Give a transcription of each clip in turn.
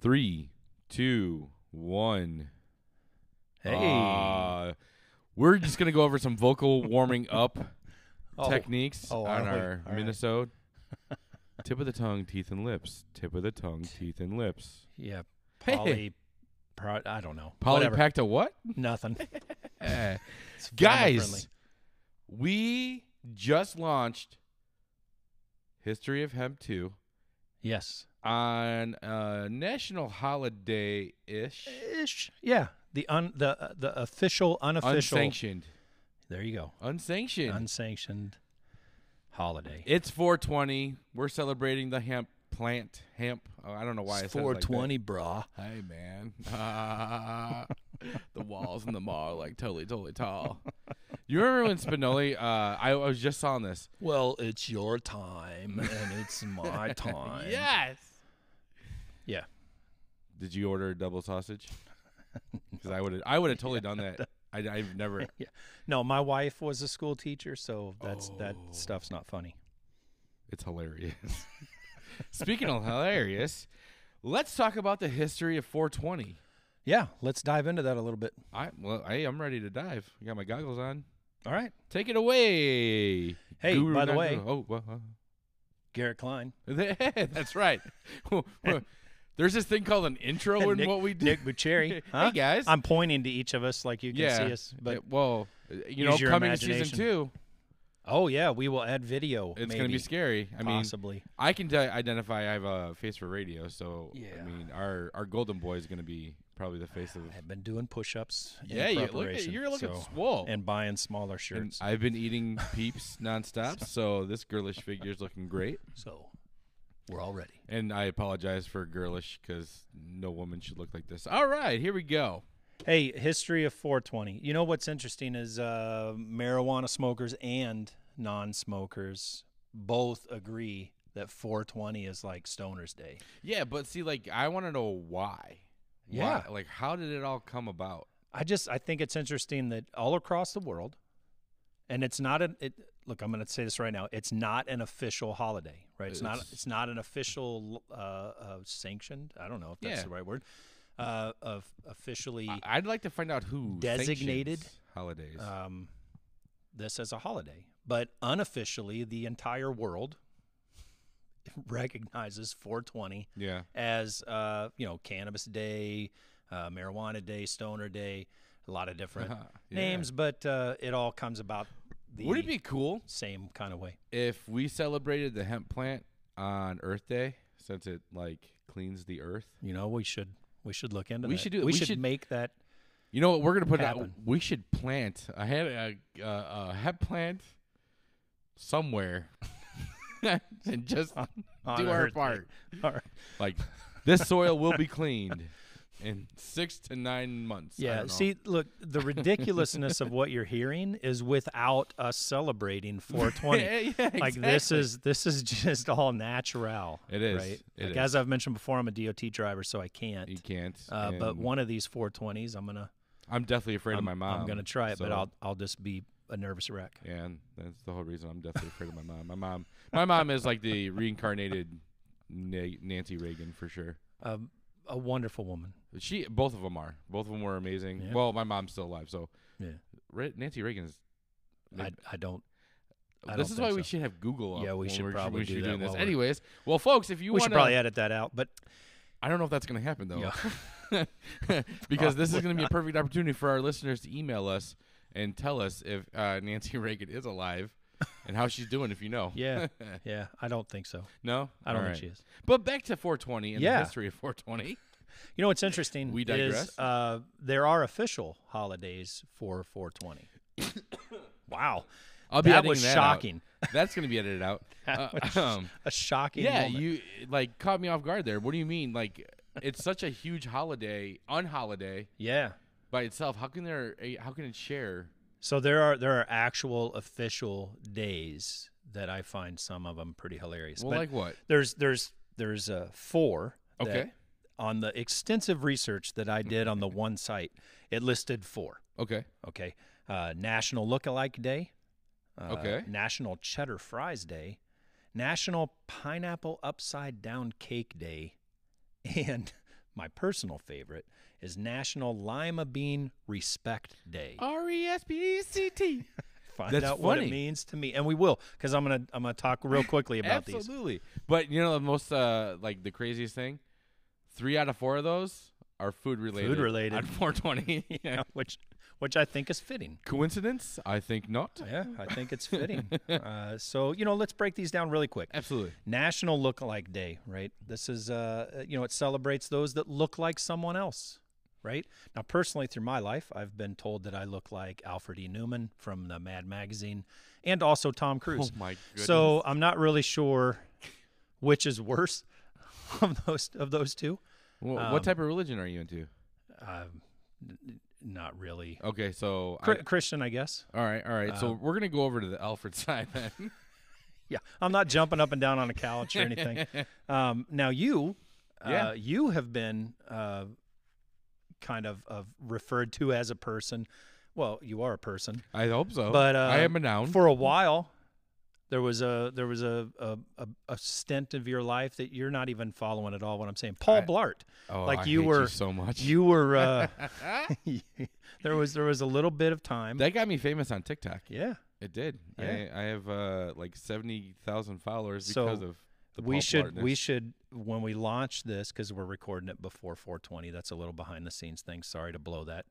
Three, two, one. Hey. Uh, we're just gonna go over some vocal warming up Uh, Oh. techniques Oh, on are we? our All right. Minnesota. Tip of the tongue, teeth and lips. Tip of the tongue, teeth and lips. Yeah. Hey. Poly. Pro, I don't know. Whatever. Polypacta what? Nothing. Eh. It's family friendly. Guys, we just launched History of Hemp 2 Yes. on a national holiday ish. Ish. Yeah. The un the uh, the official unofficial. Unsanctioned. There you go. Unsanctioned. Unsanctioned holiday. It's 420. We're celebrating the hemp plant. Hemp. Oh, I don't know why I said it like that. brah. Hey man, uh, the walls in the mall are like totally, totally tall. You remember when Spinelli? Uh, I, I was just on this. Well, it's your time and it's my time. Yes. Yeah. Did you order a double sausage? Because I would have, I would have totally done that. I, I've never. Yeah. No, my wife was a school teacher, so that's that Oh. stuff's not funny. It's hilarious. Speaking of hilarious, let's talk about the history of 420. Yeah, let's dive into that a little bit. I well, hey, I'm ready to dive. I got my goggles on. All right. Take it away. Hey, Guru by the Naguru. way- Oh, well, uh, Garrett Klein. That's right. There's this thing called an intro in Nick- what we do. Nick Bucheri. Huh? guys. I'm pointing to each of us like you can yeah. see us. But Yeah, well, uh, you know, use your coming to season imagination. two, oh yeah, we will add video. it's maybe, going to be scary. I mean, possibly. I can tell, identify I have a face for radio, so I Yeah. mean, our our golden boy is going to be probably the face of. I've been doing push-ups. in Yeah, you look at, preparation, you're looking so- swole. and buying smaller And shirts. I've been eating peeps nonstop, so this girlish figure is looking great. so we're all ready. And I apologize for girlish because no woman should look like this. All right, here we go. Hey, history of 420. You know what's interesting is uh, marijuana smokers and non-smokers both agree that 420 is like Stoner's Day. Yeah, but see, like, I want to know why. Yeah. Why? Like, how did it all come about? I just I think it's interesting that all across the world, and it's not an it. Look, I'm going to say this right now. It's not an official holiday, right? It's, not. It's- It's not an official uh, uh, sanctioned. I don't know if that's Yeah. the right word. Uh, of officially I- I'd like to find out who Designated, sanctions holidays. um, this as a holiday, but unofficially, the entire world recognizes 420 yeah. as uh, you know Cannabis Day, uh, Marijuana Day, Stoner Day, a lot of different Yeah. names, but uh, it all comes about the Would it be cool same kind of way. if we celebrated the hemp plant on Earth Day since it, like, cleans the earth? You know, we should we should look into We that. should do- we we should should- make that. You know what? We're going to put it out. Happen. We should plant. I had a, a, a hemp plant somewhere and just on do our Earth Day. part. All right. Like, this soil will be cleaned in six to nine months. I Yeah. don't know. See, look, the ridiculousness of what you're hearing is without us celebrating 420. Yeah, yeah, Like this exactly. is this is just all natural. It is. Right? It like is. as I've mentioned before, I'm a DOT driver, so I can't. You can't. Uh, but and one of these 420s, I'm gonna I'm definitely afraid of I'm, my mom. I'm gonna try it, but so- I'll I'll just be a nervous wreck. And that's the whole reason I'm definitely afraid of my mom. My mom, my mom is like the reincarnated Na- Nancy Reagan for sure. Um, a wonderful woman. She, both of them are. Both of them were amazing. Yeah. Well, my mom's still alive, so Yeah. Re- Nancy Reagan's. I, I don't. I this don't is why think we so. should have Google. Up Yeah, we when should we're- probably we do should be that doing this. while we're- Anyways, well, folks, if you We want, should probably edit that out, but I don't know if that's going to happen though, because this is going to be a perfect opportunity for our listeners to email us and tell us if uh, Nancy Reagan is alive and how she's doing. If you know, yeah, yeah, I don't think so. no, I don't All think right. she is. But back to 420 and Yeah. the history of 420. You know what's interesting We is digress. uh, there are official holidays for 420. wow, I'll be that editing was that out. shocking. That's going to be edited out. Uh, um, A shocking. yeah, moment. you like caught me off guard there. What do you mean? Like it's such a huge holiday, unholiday yeah. by itself. How can there? eh, How can it share? So there are there are actual official days that I find some of them pretty hilarious. Well, but like what? there's there's there's uh, four. that- Okay. Mm-hmm. on the extensive research that I did on the one site, it listed four. Okay. Okay, uh, National Lookalike Day. Uh, Okay. National Cheddar Fries Day, National Pineapple Upside Down Cake Day, and My personal favorite is National Lima Bean Respect Day. R E S P E C T. Find that's out what it funny. means to me, and we will, because I'm gonna I'm gonna talk real quickly about these. Absolutely. But you know the most uh like the craziest thing? Three out of four of those are food related. related. On four twenty. Yeah, which which I think is fitting. Coincidence? I think not. Yeah, I think it's fitting. uh, so you know, let's break these down really quick. Absolutely. National Lookalike Day, right? This is, uh, you know, it celebrates those that look like someone else, right? Now, personally, through my life, I've been told that I look like Alfred E. Newman from the Mad Magazine, and also Tom Cruise. Oh my goodness. so I'm not really sure which is worse of those of those two. Wha- um, what type of religion are you into? Um, n- n- not really Okay, so I- Cr- Christian, I guess. all right, all right. um, so we're gonna go over to the Alfred side then. Yeah, I'm not jumping up and down on a couch or anything. Um, now you, Yeah. uh, you have been uh, kind of, of referred to as a person. Well, you are a person, I hope so. but uh, I am a noun. For a while, there was a there was a a, a a stint of your life that you're not even following at all. What I'm saying, Paul I- Blart. oh, like I you hate were- so much. You were uh, there was there was a little bit of time. that got me famous on TikTok. yeah, It did. Yeah. I, I have uh, like seventy thousand followers So, because of the we Paul should we Blartness. should when we launch this because we're recording it before 420 that's a little behind the scenes thing sorry to blow that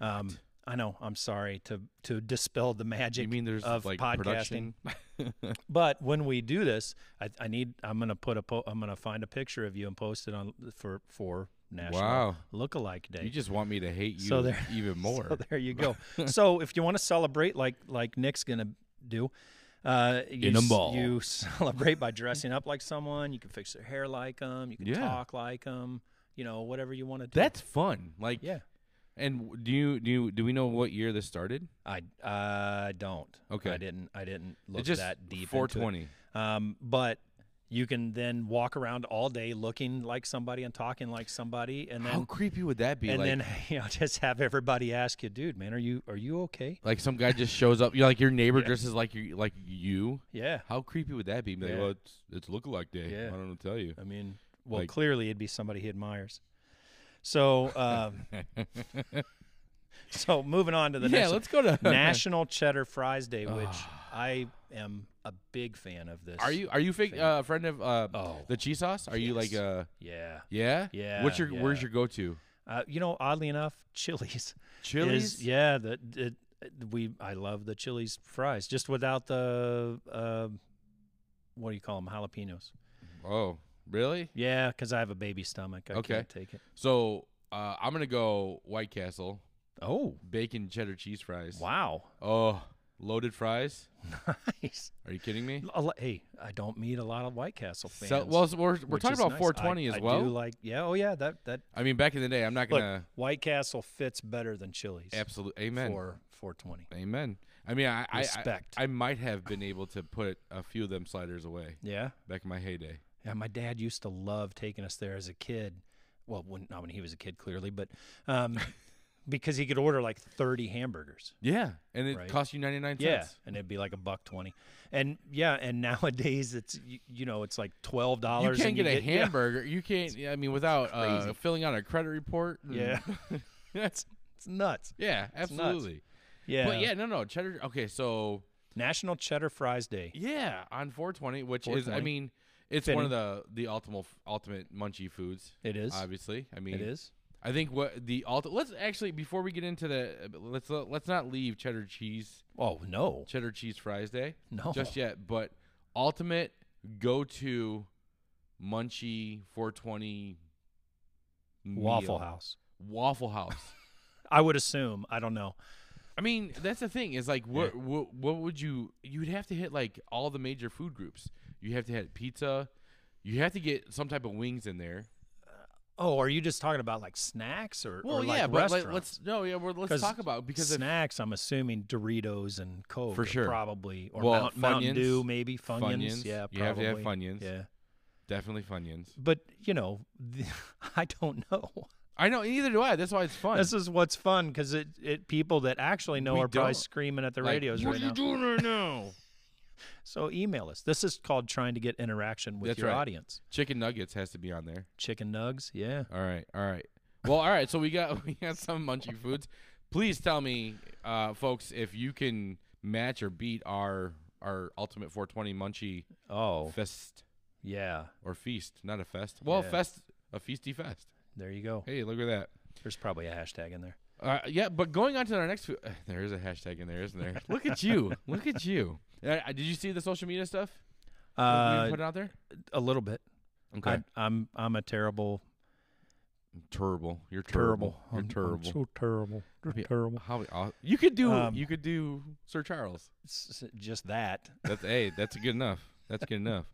um, i know i'm sorry to to dispel the magic You mean there's of like podcasting production? but when we do this i, I need i'm gonna put a po- i'm gonna find a picture of you and post it on for for national Wow. lookalike day You just want me to hate you So there- even more. so there you go so if you want to celebrate like like nick's gonna do uh, you, In a s- mall. you celebrate by dressing up like someone. You can fix their hair like them. You can Yeah. talk like them. You know, whatever you want to do. That's fun. Like yeah. And w- do you do you, do we know what year this started? I I don't. Okay. I didn't. I didn't look it's just that deep. into it. 420. Um, but you can then walk around all day looking like somebody and talking like somebody, and How then creepy would that be? and like, then you know just have everybody ask you, dude, man, are you are you okay? like some guy just shows up. You know, like your neighbor dresses like you like you. Yeah. How creepy would that be? Be Like, Yeah. well, it's it's lookalike day. Yeah. I don't know what to tell you. I mean, well, Like- clearly it'd be somebody he admires. So, um, so moving on to the yeah, next one. let's go to National Cheddar Fries Day, which I am a big fan of. This Are you are you fake uh, a friend of uh, Oh, the cheese sauce? Are you like yes. uh Yeah, yeah Yeah, What's your yeah. where's your go to? uh, you know, oddly enough, Chili's. Chili's. Is, yeah, the, the we I love the Chili's fries, just without the uh, what do you call them, jalapenos. Oh, really? Yeah, because I have a baby stomach. I Okay. can't take it. So uh, I'm gonna go White Castle Oh bacon cheddar cheese fries. wow, Oh, loaded fries? nice. Are you kidding me? A lo- hey, I don't meet a lot of White Castle fans. So, well, so we're we're which talking is about nice. 420 I- as I well. Do like, yeah, oh yeah, that that I mean, back in the day, I'm not look, gonna White Castle fits better than Chili's. absolute amen. For 420. Amen. I mean, I, I- I Respect. I might have been able to put a few of them sliders away Yeah. back in my heyday. Yeah, my dad used to love taking us there as a kid. Well, when, not when he was a kid, clearly, but um, because he could order like 30 hamburgers. Yeah, and it Right. cost you 99 Yeah, cents. and it'd be like a buck twenty, and yeah, and nowadays it's you, you know it's like twelve You dollars. can't you get a yeah. hamburger. You can't. yeah, I mean, without uh, crazy. filling out a credit report. and- Yeah, it's, it's nuts. yeah, nuts. absolutely. Yeah, But yeah, no, no cheddar. Okay, so National Cheddar Fries Day. Yeah, on 420, which is, I 420. mean, it's one of the the ultimate ultimate munchie foods. It is. Obviously, I mean, It is. I think what the ulti- Let's actually before we get into the let's let's not leave cheddar cheese Oh no, cheddar cheese fries day no. just yet, but ultimate go to munchie 420 meal. Waffle House. Waffle House. I would assume. I don't know. I mean, that's the thing is like what, what what would you you'd have to hit like all the major food groups. You have to hit pizza. You have to get some type of wings in there. Oh, are you just talking about like snacks or, Well, or like yeah, but like, restaurants? let's no, yeah, well, let's 'Cause talk about because if, snacks. I'm assuming Doritos and Coke For are sure. probably or Well, Mount, Mountain Funyuns. Dew, maybe Funyuns. Funyuns. Yeah, probably. You have to have Funyuns. Yeah, definitely Funyuns. but you know, I don't know. I know, neither do I. That's why it's fun. This is what's fun because it, it people that actually know We are probably don't. screaming at the Like, radios what right are you now. doing right now? So email us. This is called trying to get interaction with That's your right. audience. Chicken nuggets has to be on there. Chicken nugs, yeah. All right, all right. Well, all right. So we got we got some munchy foods. Please tell me, uh, folks, if you can match or beat our our ultimate 420 munchie Oh, fest yeah. or feast, not a fest. Well, Yeah. fest a feasty fest. There you go. Hey, look at that. There's probably a hashtag in there. Uh, yeah, but going on to our next, fo- there is a hashtag in there, isn't there? Look at you, look at you. Uh, did you see the social media stuff we Uh, put out there? a little bit. Okay, I, I'm I'm a terrible, terrible. You're terrible. terrible. You're I'm, terrible. I'm so terrible. You're Yeah. terrible. How aw- you could do Um, you could do Sir Charles. S- s- just that. That's hey, that's good enough. That's good enough.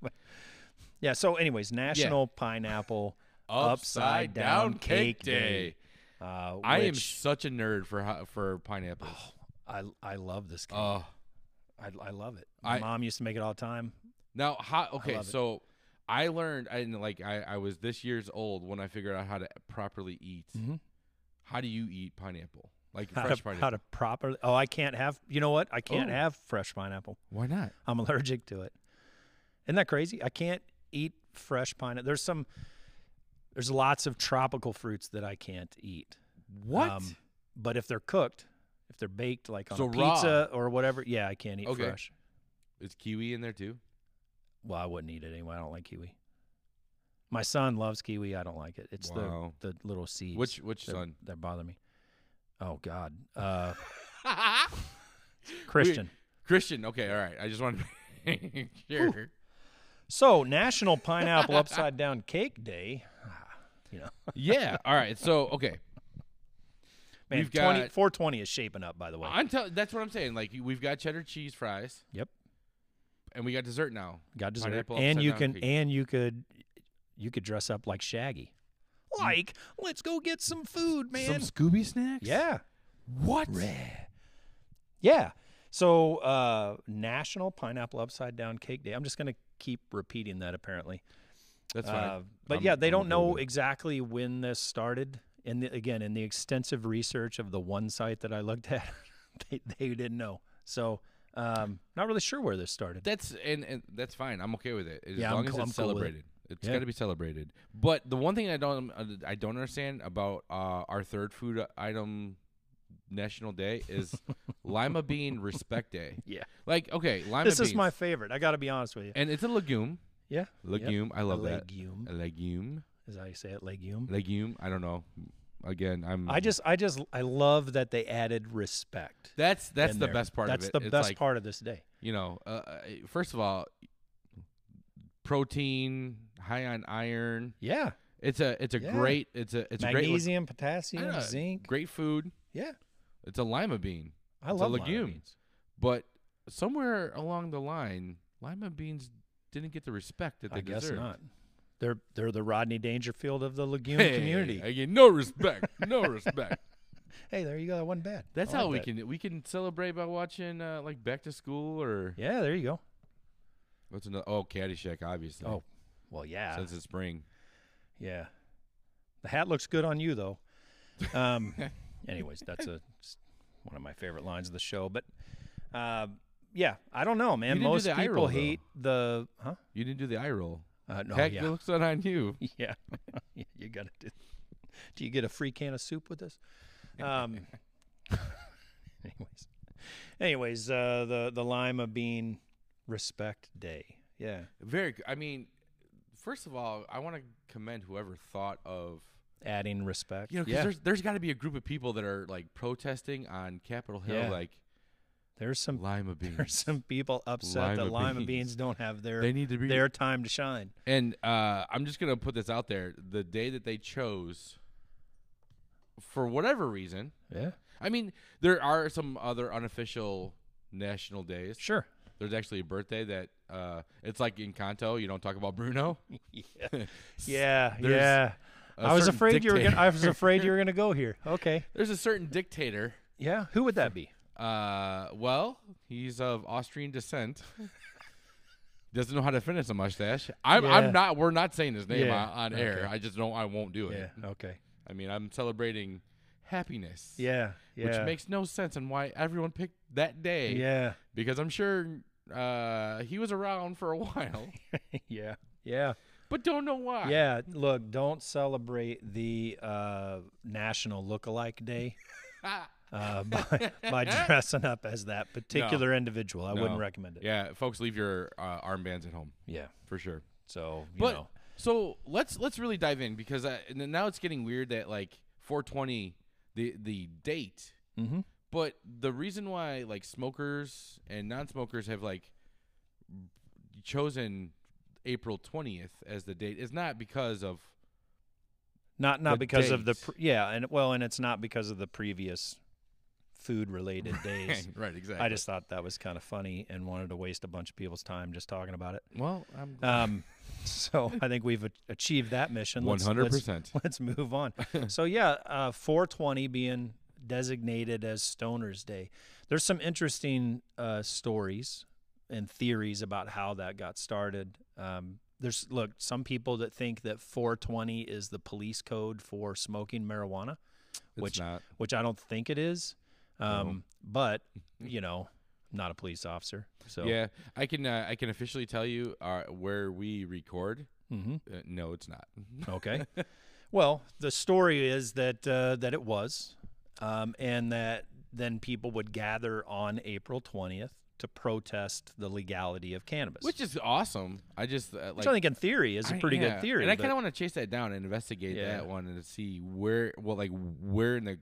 Yeah. So, anyways, National Pineapple. Upside Down Cake Day. Uh, I am which- Oh, such a nerd for ho- for pineapples. I I love this Oh, cake. I, I love it. My I- mom used to make it all the time. now how? Okay, love it. so I learned and like I I was this years old when I figured out how to properly eat. Mhm. How do you eat pineapple? Like How fresh to, pineapple? how to properly? Oh, I can't have. You know what? I can't Oh. have fresh pineapple. Why not? I'm allergic to it. Isn't that crazy? I can't eat fresh pineapple. There's some. There's lots of tropical fruits that I can't eat. What? Um, but if they're cooked, if they're baked like on So a raw. pizza or whatever, yeah, I can't eat Okay. fresh. Is kiwi in there too? Well, I wouldn't eat it anyway. I don't like kiwi. My son loves kiwi. I don't like it. It's Wow. the the little seeds. Which which that, son? that bother me. Oh God, uh, Christian. Christian. Okay, all right. I just wanted to make sure. So National Pineapple Upside Down Cake Day. You know, yeah. All right. So okay. man, We've 20, got- 420 is shaping up. By the way, I'm telling. That's what I'm saying. Like we've got cheddar cheese fries. Yep. And we got dessert now. got dessert, pineapple and upside you down can cake. and you could you could dress up like Shaggy. Mm. Like, let's go get some food, man. Scooby snacks. yeah, What? yeah. So uh, National Pineapple Upside Down Cake Day. I'm just gonna keep repeating that. Apparently, That's fine. Uh, but I'm- yeah, they I'm don't okay know with exactly when this started. And the, again, in the extensive research of the one site that I looked at, they, they didn't know. So, um, not really sure where this started. that's and, and that's fine. I'm okay with it as Yeah, I'm long as cool- it's I'm cool with it. celebrated. It. has Yeah. got to be celebrated. But the one thing I don't uh, I don't understand about uh, our third food item national day is lima bean respect day. Yeah. Like okay, lima this beans. is my favorite. I got to be honest with you. and it's a legume. Yeah. Legume. I love that. legume, A legume. as I say it, legume. Legume. I don't know. Again, I'm. I just, I just, I love that they added respect. That's that's in the there. best part That's of it. the It's best like, part of this day. You know, uh, uh, first of all, protein, high on iron. Yeah. It's a it's a Yeah. great it's a it's a great le- Magnesium, potassium, yeah, zinc. great food. Yeah. It's a lima bean, I It's a love lima legume. beans. but somewhere along the line, lima beans didn't get the respect that they I guess deserve. not. They're they're the Rodney Dangerfield of the legume Hey, community. I get no respect, no respect. Hey, there you go. That wasn't bad. That's I how like we that. can we can celebrate by watching uh, like Back to School or Yeah, there you go. what's another? Oh, Caddyshack, obviously. Oh, well, yeah, since it's spring. yeah. The hat looks good on you, though. Um, anyways, that's a s- one of my favorite lines of the show. But uh, yeah, I don't know, man. didn't do Most the eye people roll, though. hate the huh? You didn't do the eye roll. Uh, no, Heck, yeah, it looks good on you. yeah. Yeah, you gotta do. Do you get a free can of soup with this? Um, anyways, anyways, uh, the the lima bean respect day. Yeah, Very. g- I mean, first of all, I want to commend whoever thought of adding respect. you know 'cause yeah. there's there's got to be a group of people that are like protesting on Capitol Hill, Yeah. like There's some lima there's beans. some people upset Lima that lima beans. beans. don't have their They need to be. their time to shine. And uh, I'm just gonna put this out there: the day that they chose, for whatever reason, Yeah, I mean, there are some other unofficial national days. sure. There's actually a birthday that uh, it's like in Kanto, you don't talk about Bruno. Yeah, yeah, There's yeah. a I was certain afraid you were. Gonna, dictator- I was afraid you were going to go here. Okay. There's a certain dictator. Yeah. Who would that be? Uh, well, he's of Austrian descent. Doesn't know how to finish a mustache. I'm, Yeah. I'm not. We're not saying his name Yeah, on, on air. okay. I just don't. I won't do it. Yeah. Okay. I mean, I'm celebrating happiness. Yeah. Yeah. Which makes no sense on why everyone picked that day. Yeah. Because I'm sure Uh, he was around for a while, yeah. Yeah. but don't know why. Yeah. Look, don't celebrate the uh, National Lookalike Day uh, by, by dressing up as that particular individual. I No. wouldn't recommend it. yeah, folks, leave your uh, armbands at home Yeah. for sure. So, you But know. so let's let's really dive in because I, and then now it's getting weird that like 420 the the date, Mhm. but the reason why like smokers and non-smokers have like chosen April 20th as the date is not because of Not not the because of the date. pre- yeah, and well, and it's not because of the previous food related days. right exactly. I just thought that was kind of funny and wanted to waste a bunch of people's time just talking about it. well I'm Um, so I think we've a- achieved that mission. Let's- let's- 100%. Let's move on. so yeah, uh, 420 being designated as Stoner's Day. There's some interesting uh, stories and theories about how that got started. Um, there's look some people that think that 420 is the police code for smoking marijuana, it's which not which I don't think it is. Um, But you know, I'm not a police officer, so yeah I can uh, I can officially tell you uh, where we record. hmm Uh, no, it's not. Okay. well, the story is that uh, that it was, um, and that then people would gather on April twentieth to protest the legality of cannabis. Which is awesome. I just uh, Which like I think in theory is a I- pretty yeah. good theory. And I but- kind of want to chase that down and investigate Yeah. that one and see where, well, like where in the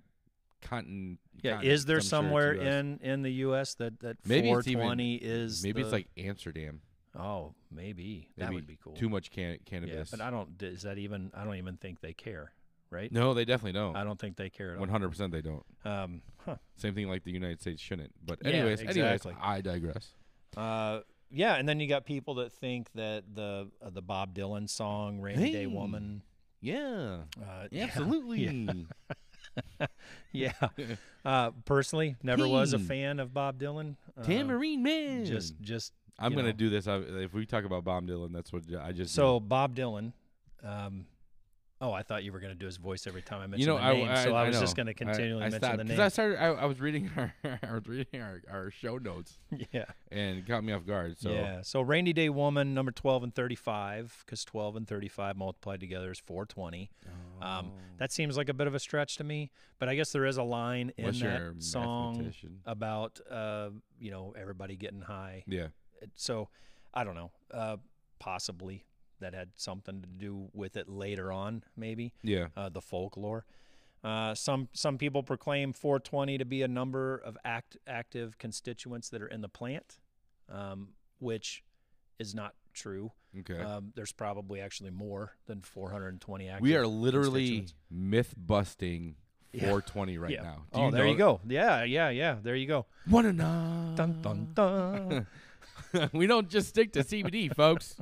continent. yeah, continent, is there I'm sure it's somewhere US. in in the U.S. that that Maybe four it's even- twenty is Maybe it's the- like Amsterdam. oh maybe that Maybe would be cool. Too much can- yeah, cannabis. but I don't. Is that even? I don't even think they care, right? no, they definitely I don't. don't think they care at One all. hundred percent, they don't. Um, huh. Same thing like the United States shouldn't. But Yeah, anyways, exactly. anyways, I digress. Uh, yeah, and then you got people that think that the uh, the Bob Dylan song "Rainy Day Hey. Woman," Yeah, uh, yeah, absolutely. yeah. Uh, personally, never was a Hey. fan of Bob Dylan. Uh, Tamarine man. just just I'm you gonna know. do this. I, if we talk about Bob Dylan, that's what I just. did. so Bob Dylan. Um, oh, I thought you were going to do his voice every time I mentioned you know, the I, name, so I, was just know. going to I- continually I mention stopped, the 'cause name. I started. I, I was reading our, I was reading our, our show notes, yeah, and it caught me off guard. So yeah. So "Rainy Day Woman" number twelve and thirty-five, because twelve and thirty-five multiplied together is four twenty. Um, that seems like a bit of a stretch to me, but I guess there is a line in Unless that you're a song Oh. mathematician. about uh, you know everybody getting high. yeah, It- So I don't know. Uh, possibly that had something to do with it later on, maybe yeah. uh, the folklore. Uh, some some people proclaim 420 to be a number of act active constituents that are in the plant, um, which is not true. Okay, Um, there's probably actually more than 420 active. we are literally constituents. myth busting Yeah. 420 right Yeah. now. Do oh, there know you go. Yeah, yeah, yeah. There you go. that? Wanna know? Dun dun dun. we don't just stick to CBD, folks.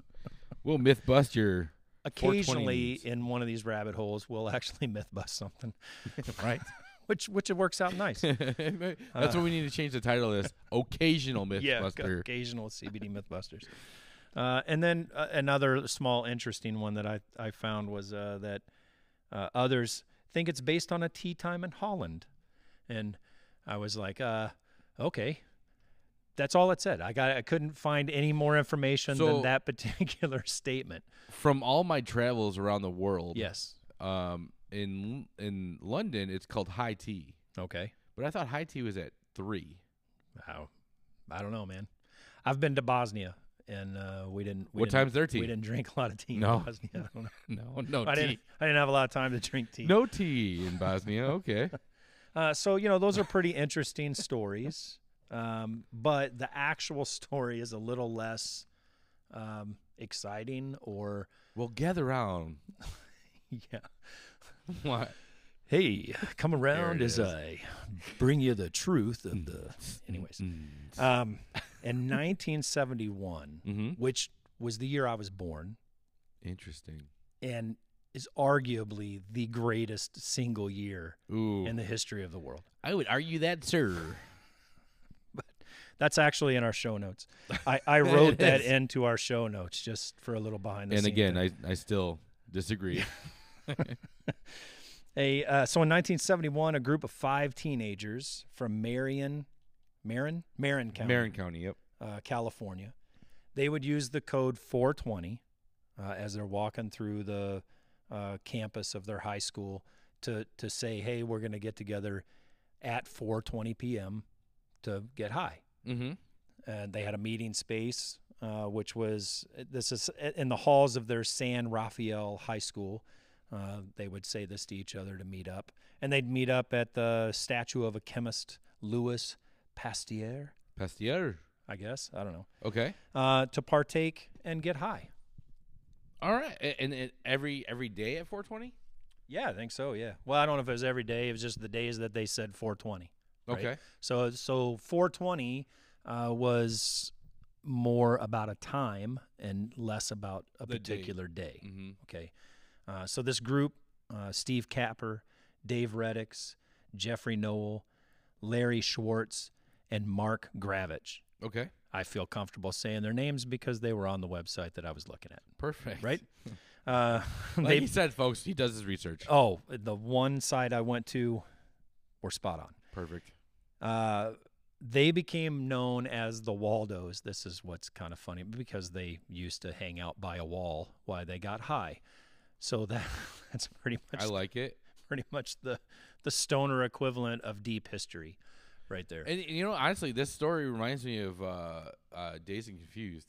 We'll myth bust your. 420 Occasionally, needs. in one of these rabbit holes, we'll actually myth bust something, right? which which it works out nice. That's what we need to change the title of this. Occasional myth yeah, buster. occasional CBD MythBusters. Uh, and then uh, another small interesting one that I, I found was uh, that uh, others think it's based on a tea time in Holland, and I was like, uh, okay, that's all it said. I got I couldn't find any more information So- than that particular statement. From all my travels around the world, Yes. um, in in London, it's called high tea. Okay. But I thought high tea was at three. Wow. I don't know, man. I've been to Bosnia. And uh, we didn't. We What didn't- time's their tea? We didn't drink a lot of tea No. in Bosnia. I don't know. No, no I tea. didn't. I didn't have a lot of time to drink tea. No tea in Bosnia. Okay. Uh, so you know those are pretty interesting stories, um, but the actual story is a little less um, exciting. Or well, gather round. yeah, What? hey, come around it as is. I bring you the truth of the. Anyways, Mm. um, in 1971, Mhm. which was the year I was born, Interesting. and is arguably the greatest single year Ooh. in the history of the world. I would argue that, sir. That's actually in our show notes. I, I wrote It that is. into our show notes just for a little behind the And scenes. again, I, I still disagree. a uh, so in 1971, a group of five teenagers from Marion, Marin, Marin County, Marin County. Yep. uh, California, they would use the code 420 uh, as they're walking through the uh, campus of their high school to to say, "Hey, we're going to get together at 4:20 p.m. to get high." Mm-hmm. And they had a meeting space, uh, which was this is in the halls of their San Rafael High School. Uh, they would say this to each other to meet up, and they'd meet up at the statue of a chemist, Louis Pasteur, Pasteur. I guess. I don't know. Okay. Uh, to partake and get high. All right. A- And, and every every day at 420. Yeah, I think so. Yeah. Well, I don't know if it was every day. It was just the days that they said 420. right? Okay. So so 420 uh, was more about a time and less about a The date. particular day. Mm-hmm. Okay. Uh, so this group, uh, Steve Capper, Dave Reddicks, Jeffrey Noel, Larry Schwartz, and Mark Gravich. Okay. I feel comfortable saying their names because they were on the website that I was looking at. Perfect. Right? Uh, Like they- he said, folks, he does his research. oh, the one side I went to were spot on. Perfect. Uh, they became known as the Waldos. This is what's kind of funny because they used to hang out by a wall while they got high. So that that's pretty much I like it. pretty much the the stoner equivalent of deep history, right there. It, And, and you know, honestly, this story reminds me of uh, uh, Dazed and Confused.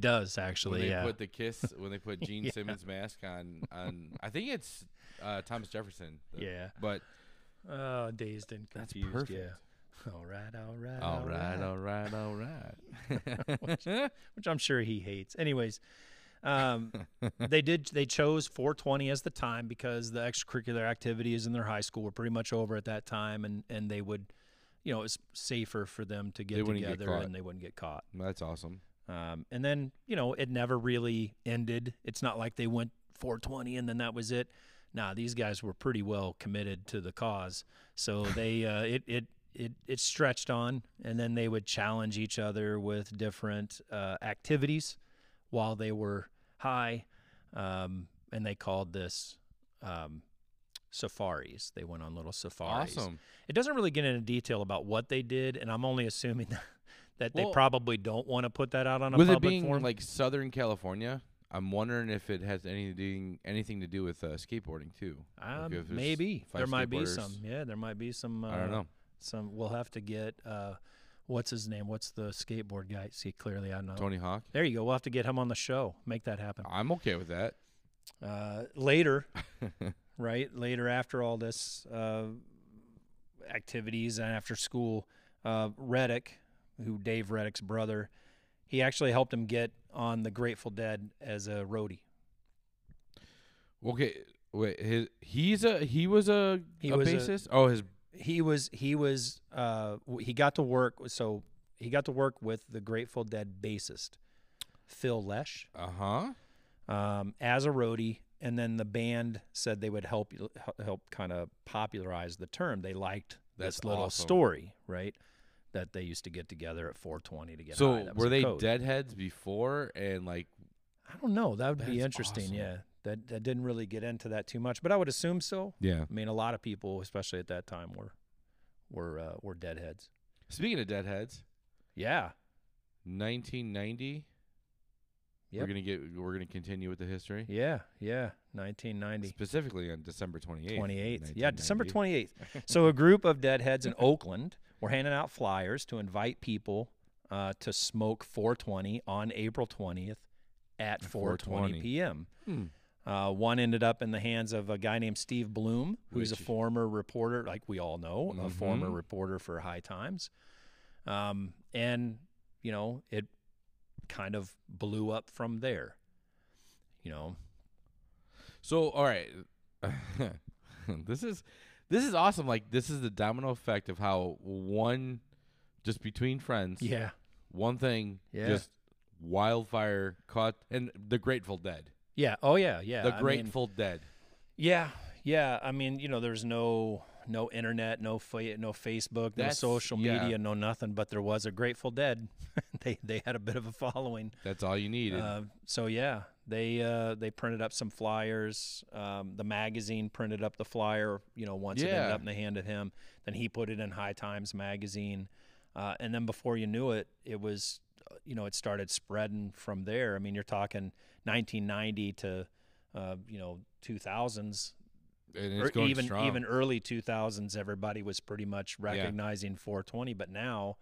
does When actually, they yeah. put the kiss, when they put Gene Simmons' mask on, on I think it's uh, Thomas Jefferson. The- Yeah. But oh, dazed and That's confused. perfect. Yeah. All right, all right, all right, all right, all right. which I'm sure he hates. Anyways, um, they did. They chose 420 as the time because the extracurricular activities in their high school were pretty much over at that time, and and they would, you know, it's safer for them to get They wouldn't get together caught. and they wouldn't get caught. That's awesome. Um, and then you know it never really ended. It's not like they went 420 and then that was it. Nah, these guys were pretty well committed to the cause, so they uh, it it it it stretched on, and then they would challenge each other with different uh, activities while they were high, um, and they called this um, safaris. They went on little safaris. Awesome. It doesn't really get into detail about what they did, and I'm only assuming that, that they Well- probably don't want to put that out on a With it public being forum. like Southern California, I'm wondering if it has anything anything to do with uh, skateboarding too. Like Um, if there's maybe five there might be skateboarders. some. Yeah, there might be some. Uh, I don't know. Some we'll have to get. Uh, what's his name? What's the skateboard guy? See, clearly I know. Tony Hawk. There you go. We'll have to get him on the show. Make that happen. I'm okay with that. Uh, later, right later after all this uh, activities and after school, uh, Reddick, who Dave Reddick's brother, he actually helped him get on the Grateful Dead as a roadie. Okay, wait. His, he's a he was a, He a was a- bassist. oh, his he was he was uh w- he got to work so he got to work with the Grateful Dead bassist Phil Lesh uh huh. um, as a roadie, and then the band said they would help you- hel- help kind of popularize the term. They liked That's this little awesome. story, right? That they used to get together at 420 to get high. So That was were a they code. deadheads before and like I don't know. That would be That's interesting. awesome. Yeah, that that didn't really get into that too much, but I would assume so. yeah. I mean, a lot of people, especially at that time, were were uh, were deadheads. Speaking of deadheads, Yeah. 1990. We're Yep. gonna get we're gonna continue with the history Yeah, yeah, 1990, specifically on December 28th. 28th. Yeah, December 1990. 28th. So a group of deadheads in Oakland were handing out flyers to invite people uh, to smoke 420 on April 20th at 4:20 420. p.m. Hmm. Uh, one ended up in the hands of a guy named Steve Bloom, who's a Which- former reporter, like we all know, a former reporter for High Times. Um, and, you know, it kind of blew up from there. You know, So all right, this is this is awesome. Like this is the domino effect of how one just between friends, yeah. one thing Yeah. just wildfire caught and the Grateful Dead, Yeah. Oh, yeah. Yeah. the I mean, Grateful Dead. yeah. Yeah. I mean, you know, there's no no internet, no fa- no Facebook, no That's- social yeah. media, no nothing. But there was a Grateful Dead. they they had a bit of a following. That's all you needed. Uh, so yeah, they uh, they printed up some flyers. Um, the magazine printed up the flyer. You know, once it ended Yeah. up in the hand of him, then he put it in High Times magazine, uh, and then before you knew it, it was you know, it started spreading from there. I mean, you're talking 1990 to, uh, you know, 2000s, And or it's going even strong. even early 2000s. Everybody was pretty much recognizing 420, but now,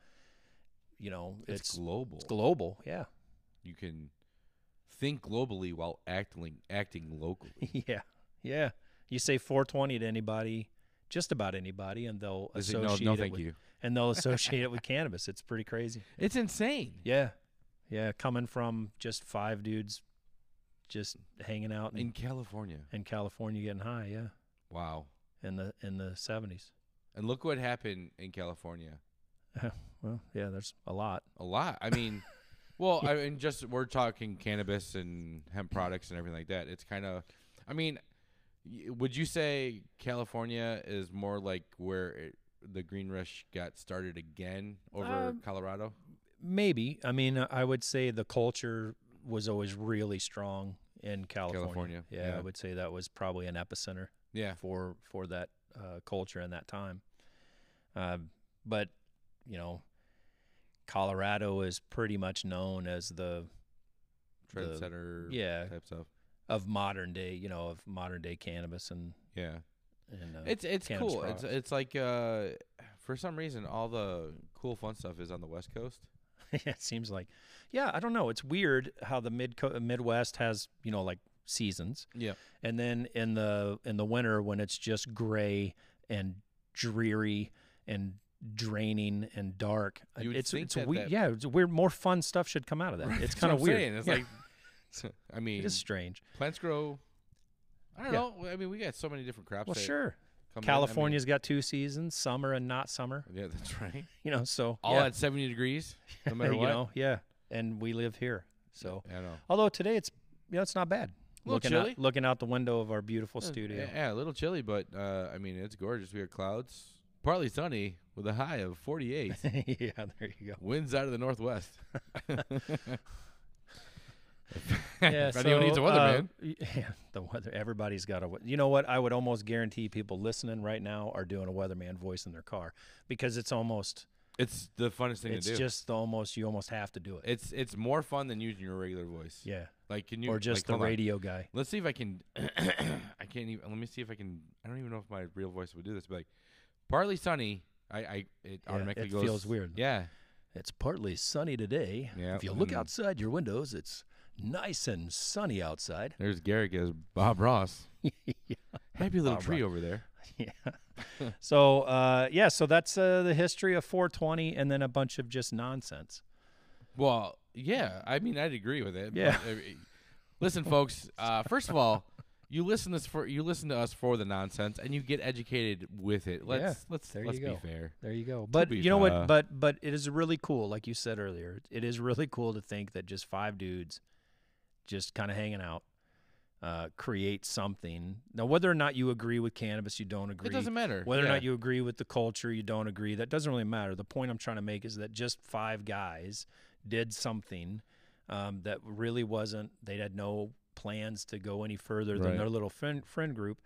you know, it's, it's, global. it's global. Yeah, you can think globally while acting acting locally. yeah, yeah. You say 420 to anybody, just about anybody, and they'll They say, no, associate no, it thank with, you. and they'll associate it with cannabis. It's pretty crazy. It's insane. Yeah. Yeah. Coming from just five dudes just hanging out in, In California, in California getting high, yeah. wow. In the in the seventies. And look what happened in California. well, yeah, there's a lot. A lot. I mean, well, I mean, just we're talking cannabis and hemp products and everything like that. It's kind of, I mean, y- would you say California is more like where it, the green rush got started again over Um, Colorado? Maybe. I mean, I would say the culture was always really strong in California. California, Yeah, yeah. I would say that was probably an epicenter Yeah. for for that uh, culture in that time. Uh, but you know, Colorado is pretty much known as the The- Trendsetter yeah type stuff. of modern day, you know, of modern day cannabis and Yeah. and uh, It's it's cannabis cool. It's products. it's like uh, for some reason all the cool fun stuff is on the West Coast. it seems like yeah, I don't know. It's weird how the mid Midwest has you know like seasons, Yeah. and then in the in the winter when it's just gray and dreary and draining and dark, uh, You would it's think it's that weird. that- Yeah, it's weird. More fun stuff should come out of that. That's It's what kind of I'm weird. saying. It's Yeah, like mm, I mean, it is strange. plants grow. I don't Yeah. know. I mean, we got so many different crops. Well, that sure. come in. I mean- California's got two seasons, summer and not summer. yeah, that's right. You know, so All yeah, at seventy degrees, no matter you what. know, yeah. And we live here, so. I know. Although today it's you know it's not bad. A little looking chilly. out looking out the window of our beautiful studio. Yeah, yeah, a little chilly, but uh, I mean, it's gorgeous. We have clouds, partly sunny, with a high of forty-eight. yeah, there you go. Winds out of the northwest. Yeah, if anyone needs a so, weatherman, uh, y- yeah, the weather. Everybody's got a. we- You know what? I would almost guarantee people listening right now are doing a weatherman voice in their car because it's almost. it's the funnest thing It's to do. just almost. You almost have to do it. It's it's more fun than using your regular voice. Yeah, Like can you or just like, hold the on. radio guy. Let's see if I can. I can't even. Let me see if I can. I don't even know if my real voice would do this. But like, partly sunny. I. I it Yeah, automatically it goes. feels weird. Yeah. It's partly sunny today. Yeah, If you look mm. outside your windows, it's nice and sunny outside. There's Garrick as Bob Ross. Happy little Bob tree over there. yeah. so uh, yeah, so that's uh, the history of 420, and then a bunch of just nonsense. Well, yeah. I mean, I'd agree with it. but, Yeah. I mean, listen, folks. Uh, first of all, you listen this for you listen to us for the nonsense, and you get educated with it. Let's let's there let's you be go. fair. There you go. But be you know fair. what? But but it is really cool, like you said earlier. It is really cool to think that just five dudes, just kind of hanging out, uh, create something. Now, whether or not you agree with cannabis, you don't agree. It doesn't matter Whether or Yeah. not you agree with the culture, you don't agree. That doesn't really matter. The point I'm trying to make is that just five guys did something um, that really wasn't. They had no plans to go any further Right. than their little friend friend group,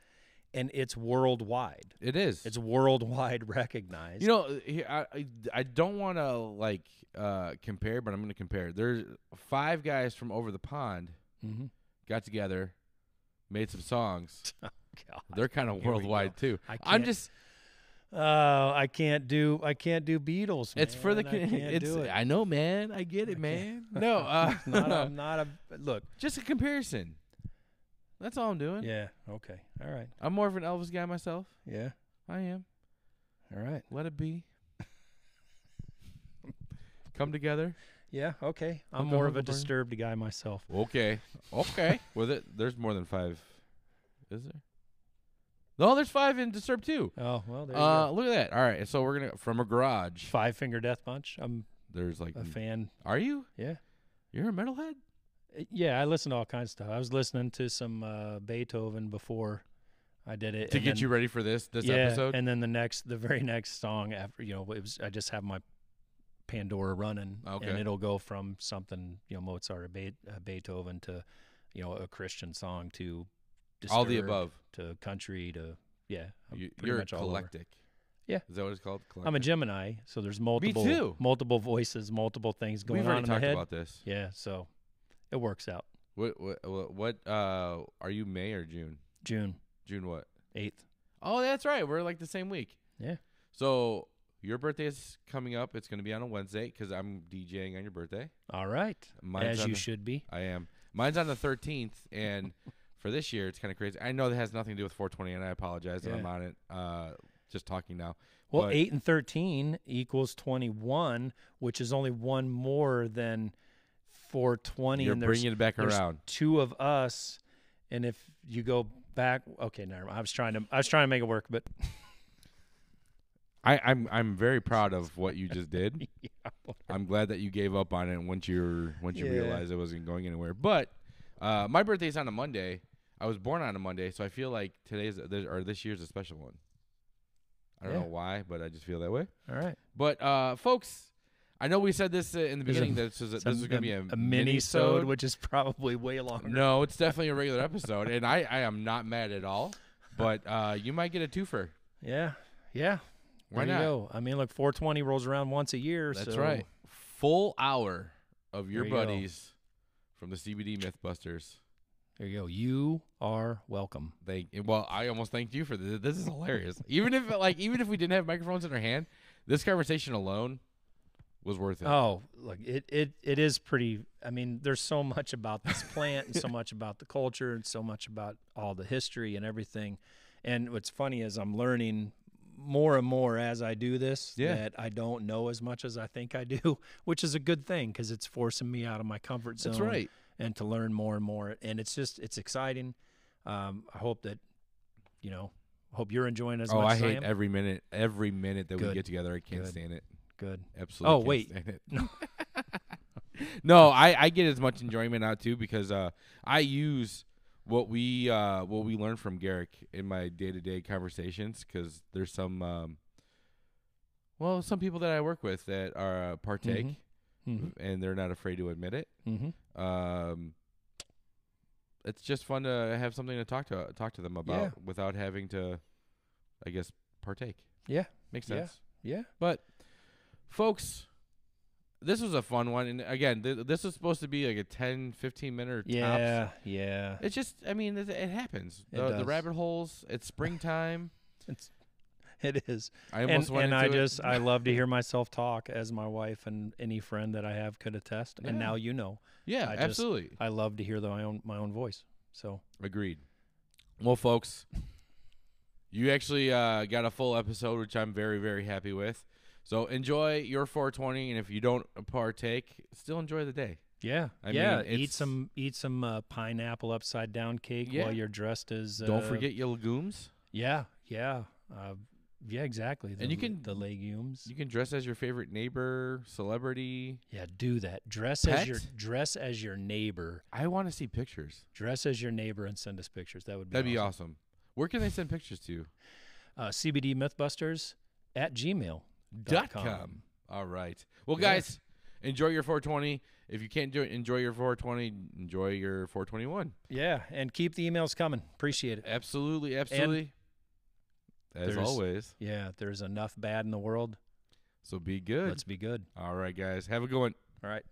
and it's worldwide. It is. It's worldwide recognized. You know, uh, here- I I, I don't want to like uh, compare, but I'm going to compare. There's five guys from over the pond mm-hmm. got together, made some songs. God. They're kind of we go. worldwide too. I I'm can't- just Oh, I can't do I can't do Beatles. it's for the man. I con- can't it's do it. I know, man. I get it, man. No, uh, It's not, I'm not a look. just a comparison. That's all I'm doing. Yeah. Okay. All right. I'm more of an Elvis guy myself. Yeah. I am. All right. Let it be. Come together. Yeah. Okay. I'm Humble, more of a humble brag. disturbed guy myself. Okay. Okay. well, there, there's more than five. Is there? No, there's five in Disturbed too. Oh well, there you Uh, go. look at that. All right. So we're gonna from a garage. Five Finger Death Punch. I'm There's like, a fan. are you? Yeah. You're a metalhead? Uh, Yeah. I listen to all kinds of stuff. I was listening to some uh, Beethoven before I did it To and get then- you ready for this this yeah, episode. And then the next, the very next song after, you know, it was I just have my Pandora running, Okay. and it'll go from something, you know, Mozart or Be- uh, Beethoven to, you know, a Christian song to all the Disturbed above. to country to yeah, I'm You, pretty you're much all over. eclectic. Yeah. Is that what it's called? I'm a Gemini, so there's multiple too. multiple voices, multiple things going We've on already in my talked head. about this. Yeah, so it works out. What what what- what uh are you May or June? June June what? 8th. Oh, that's right. We're like the same week. Yeah. So your birthday is coming up. It's going to be on a Wednesday because I'm DJing on your birthday. All right. Mine's As on you the- should be. I am. Mine's on the 13th, and for this year, it's kind of crazy. I know that has nothing to do with 420, and I apologize that I'm Yeah. on it. Uh, just talking now. Well, But- 8 and 13 equals 21, which is only one more than 420 You're and there's bringing it back there's around. two of us and if you go back okay, never mind. I was trying to I was trying to make it work, but I, I'm I'm very proud of what you just did. I'm glad that you gave up on it once you once you Yeah. realized it wasn't going anywhere. But uh, my birthday's on a Monday. I was born on a Monday, so I feel like today's this- or this year's a special one. I don't Yeah. know why, but I just feel that way. all right. But uh, folks, I know we said this uh, in the There's a- beginning. that this is a, this is going to be a, mini-sode, mini-sode. which is probably way longer. No, it's definitely a regular episode, and I, I am not mad at all. But uh, you might get a twofer. Yeah, yeah. Why there not? You go. I mean, look, 420 rolls around once a year. That's so right. Full hour of your There you go. buddies from the CBD MythBusters. There you go. You are welcome. They well, I almost thanked you for this. This is hilarious. even if like even if we didn't have microphones in our hand, this conversation alone was worth it. Oh, look, it, it it is pretty. I mean, there's so much about this plant and so much about the culture and so much about all the history and everything. And what's funny is I'm learning more and more as I do this Yeah. that I don't know as much as I think I do, which is a good thing because it's forcing me out of my comfort zone. That's right. and to learn more and more. And it's just it's exciting. Um, I hope that you know, hope you're enjoying it as oh, much I as I hate am. every minute every minute that we Good. get together. I can't Good. stand it. Good. Absolutely. Oh, can't wait. stand it. No. no, I, I get as much enjoyment out too because uh, I use what we uh, what we learn from Garrick in my day to day conversations because there's some um, well some people that I work with that are uh, partake Mhm. Mm-hmm. and they're not afraid to admit it. Mm-hmm. Um, it's just fun to have something to talk to talk to them about Yeah. without having to, I guess, partake. Yeah. makes Yeah. sense. Yeah. But, folks, this was a fun one. And again, th- this was supposed to be like a 10, 15 minute Yeah. Yeah. Tops. It's just, I mean, it, it happens. It the, the does. rabbit holes. It's springtime. It's it is. I And, almost went and I into it. just I love to hear myself talk as my wife and any friend that I have could attest. Yeah. And now you know. yeah, I just- absolutely I love to hear the, my own my own voice. So agreed. Well, folks, you actually uh, got a full episode, which I'm very very happy with. So enjoy your 420, and if you don't partake, still enjoy the day. yeah, I yeah. mean, eat it's- some eat some uh, pineapple upside down cake Yeah. while you're dressed as. Uh, don't forget your legumes. Yeah, yeah, uh, yeah, exactly. The, you l- can- the legumes. You can dress as your favorite neighbor, celebrity. yeah, do that. Dress as your Pet? dress as your neighbor. I want to see pictures. Dress as your neighbor and send us pictures. That would be That'd be awesome. awesome. Where can they send pictures to? Uh, CBD Mythbusters at Gmail Dot com. All right. Well, guys, enjoy your 420. If you can't do it, enjoy your 420. Enjoy your 421. Yeah, and keep the emails coming. Appreciate it. Absolutely, absolutely. As there's- always. Yeah, there's enough bad in the world. So be good. Let's be good. All right, guys. Have a good one. All right.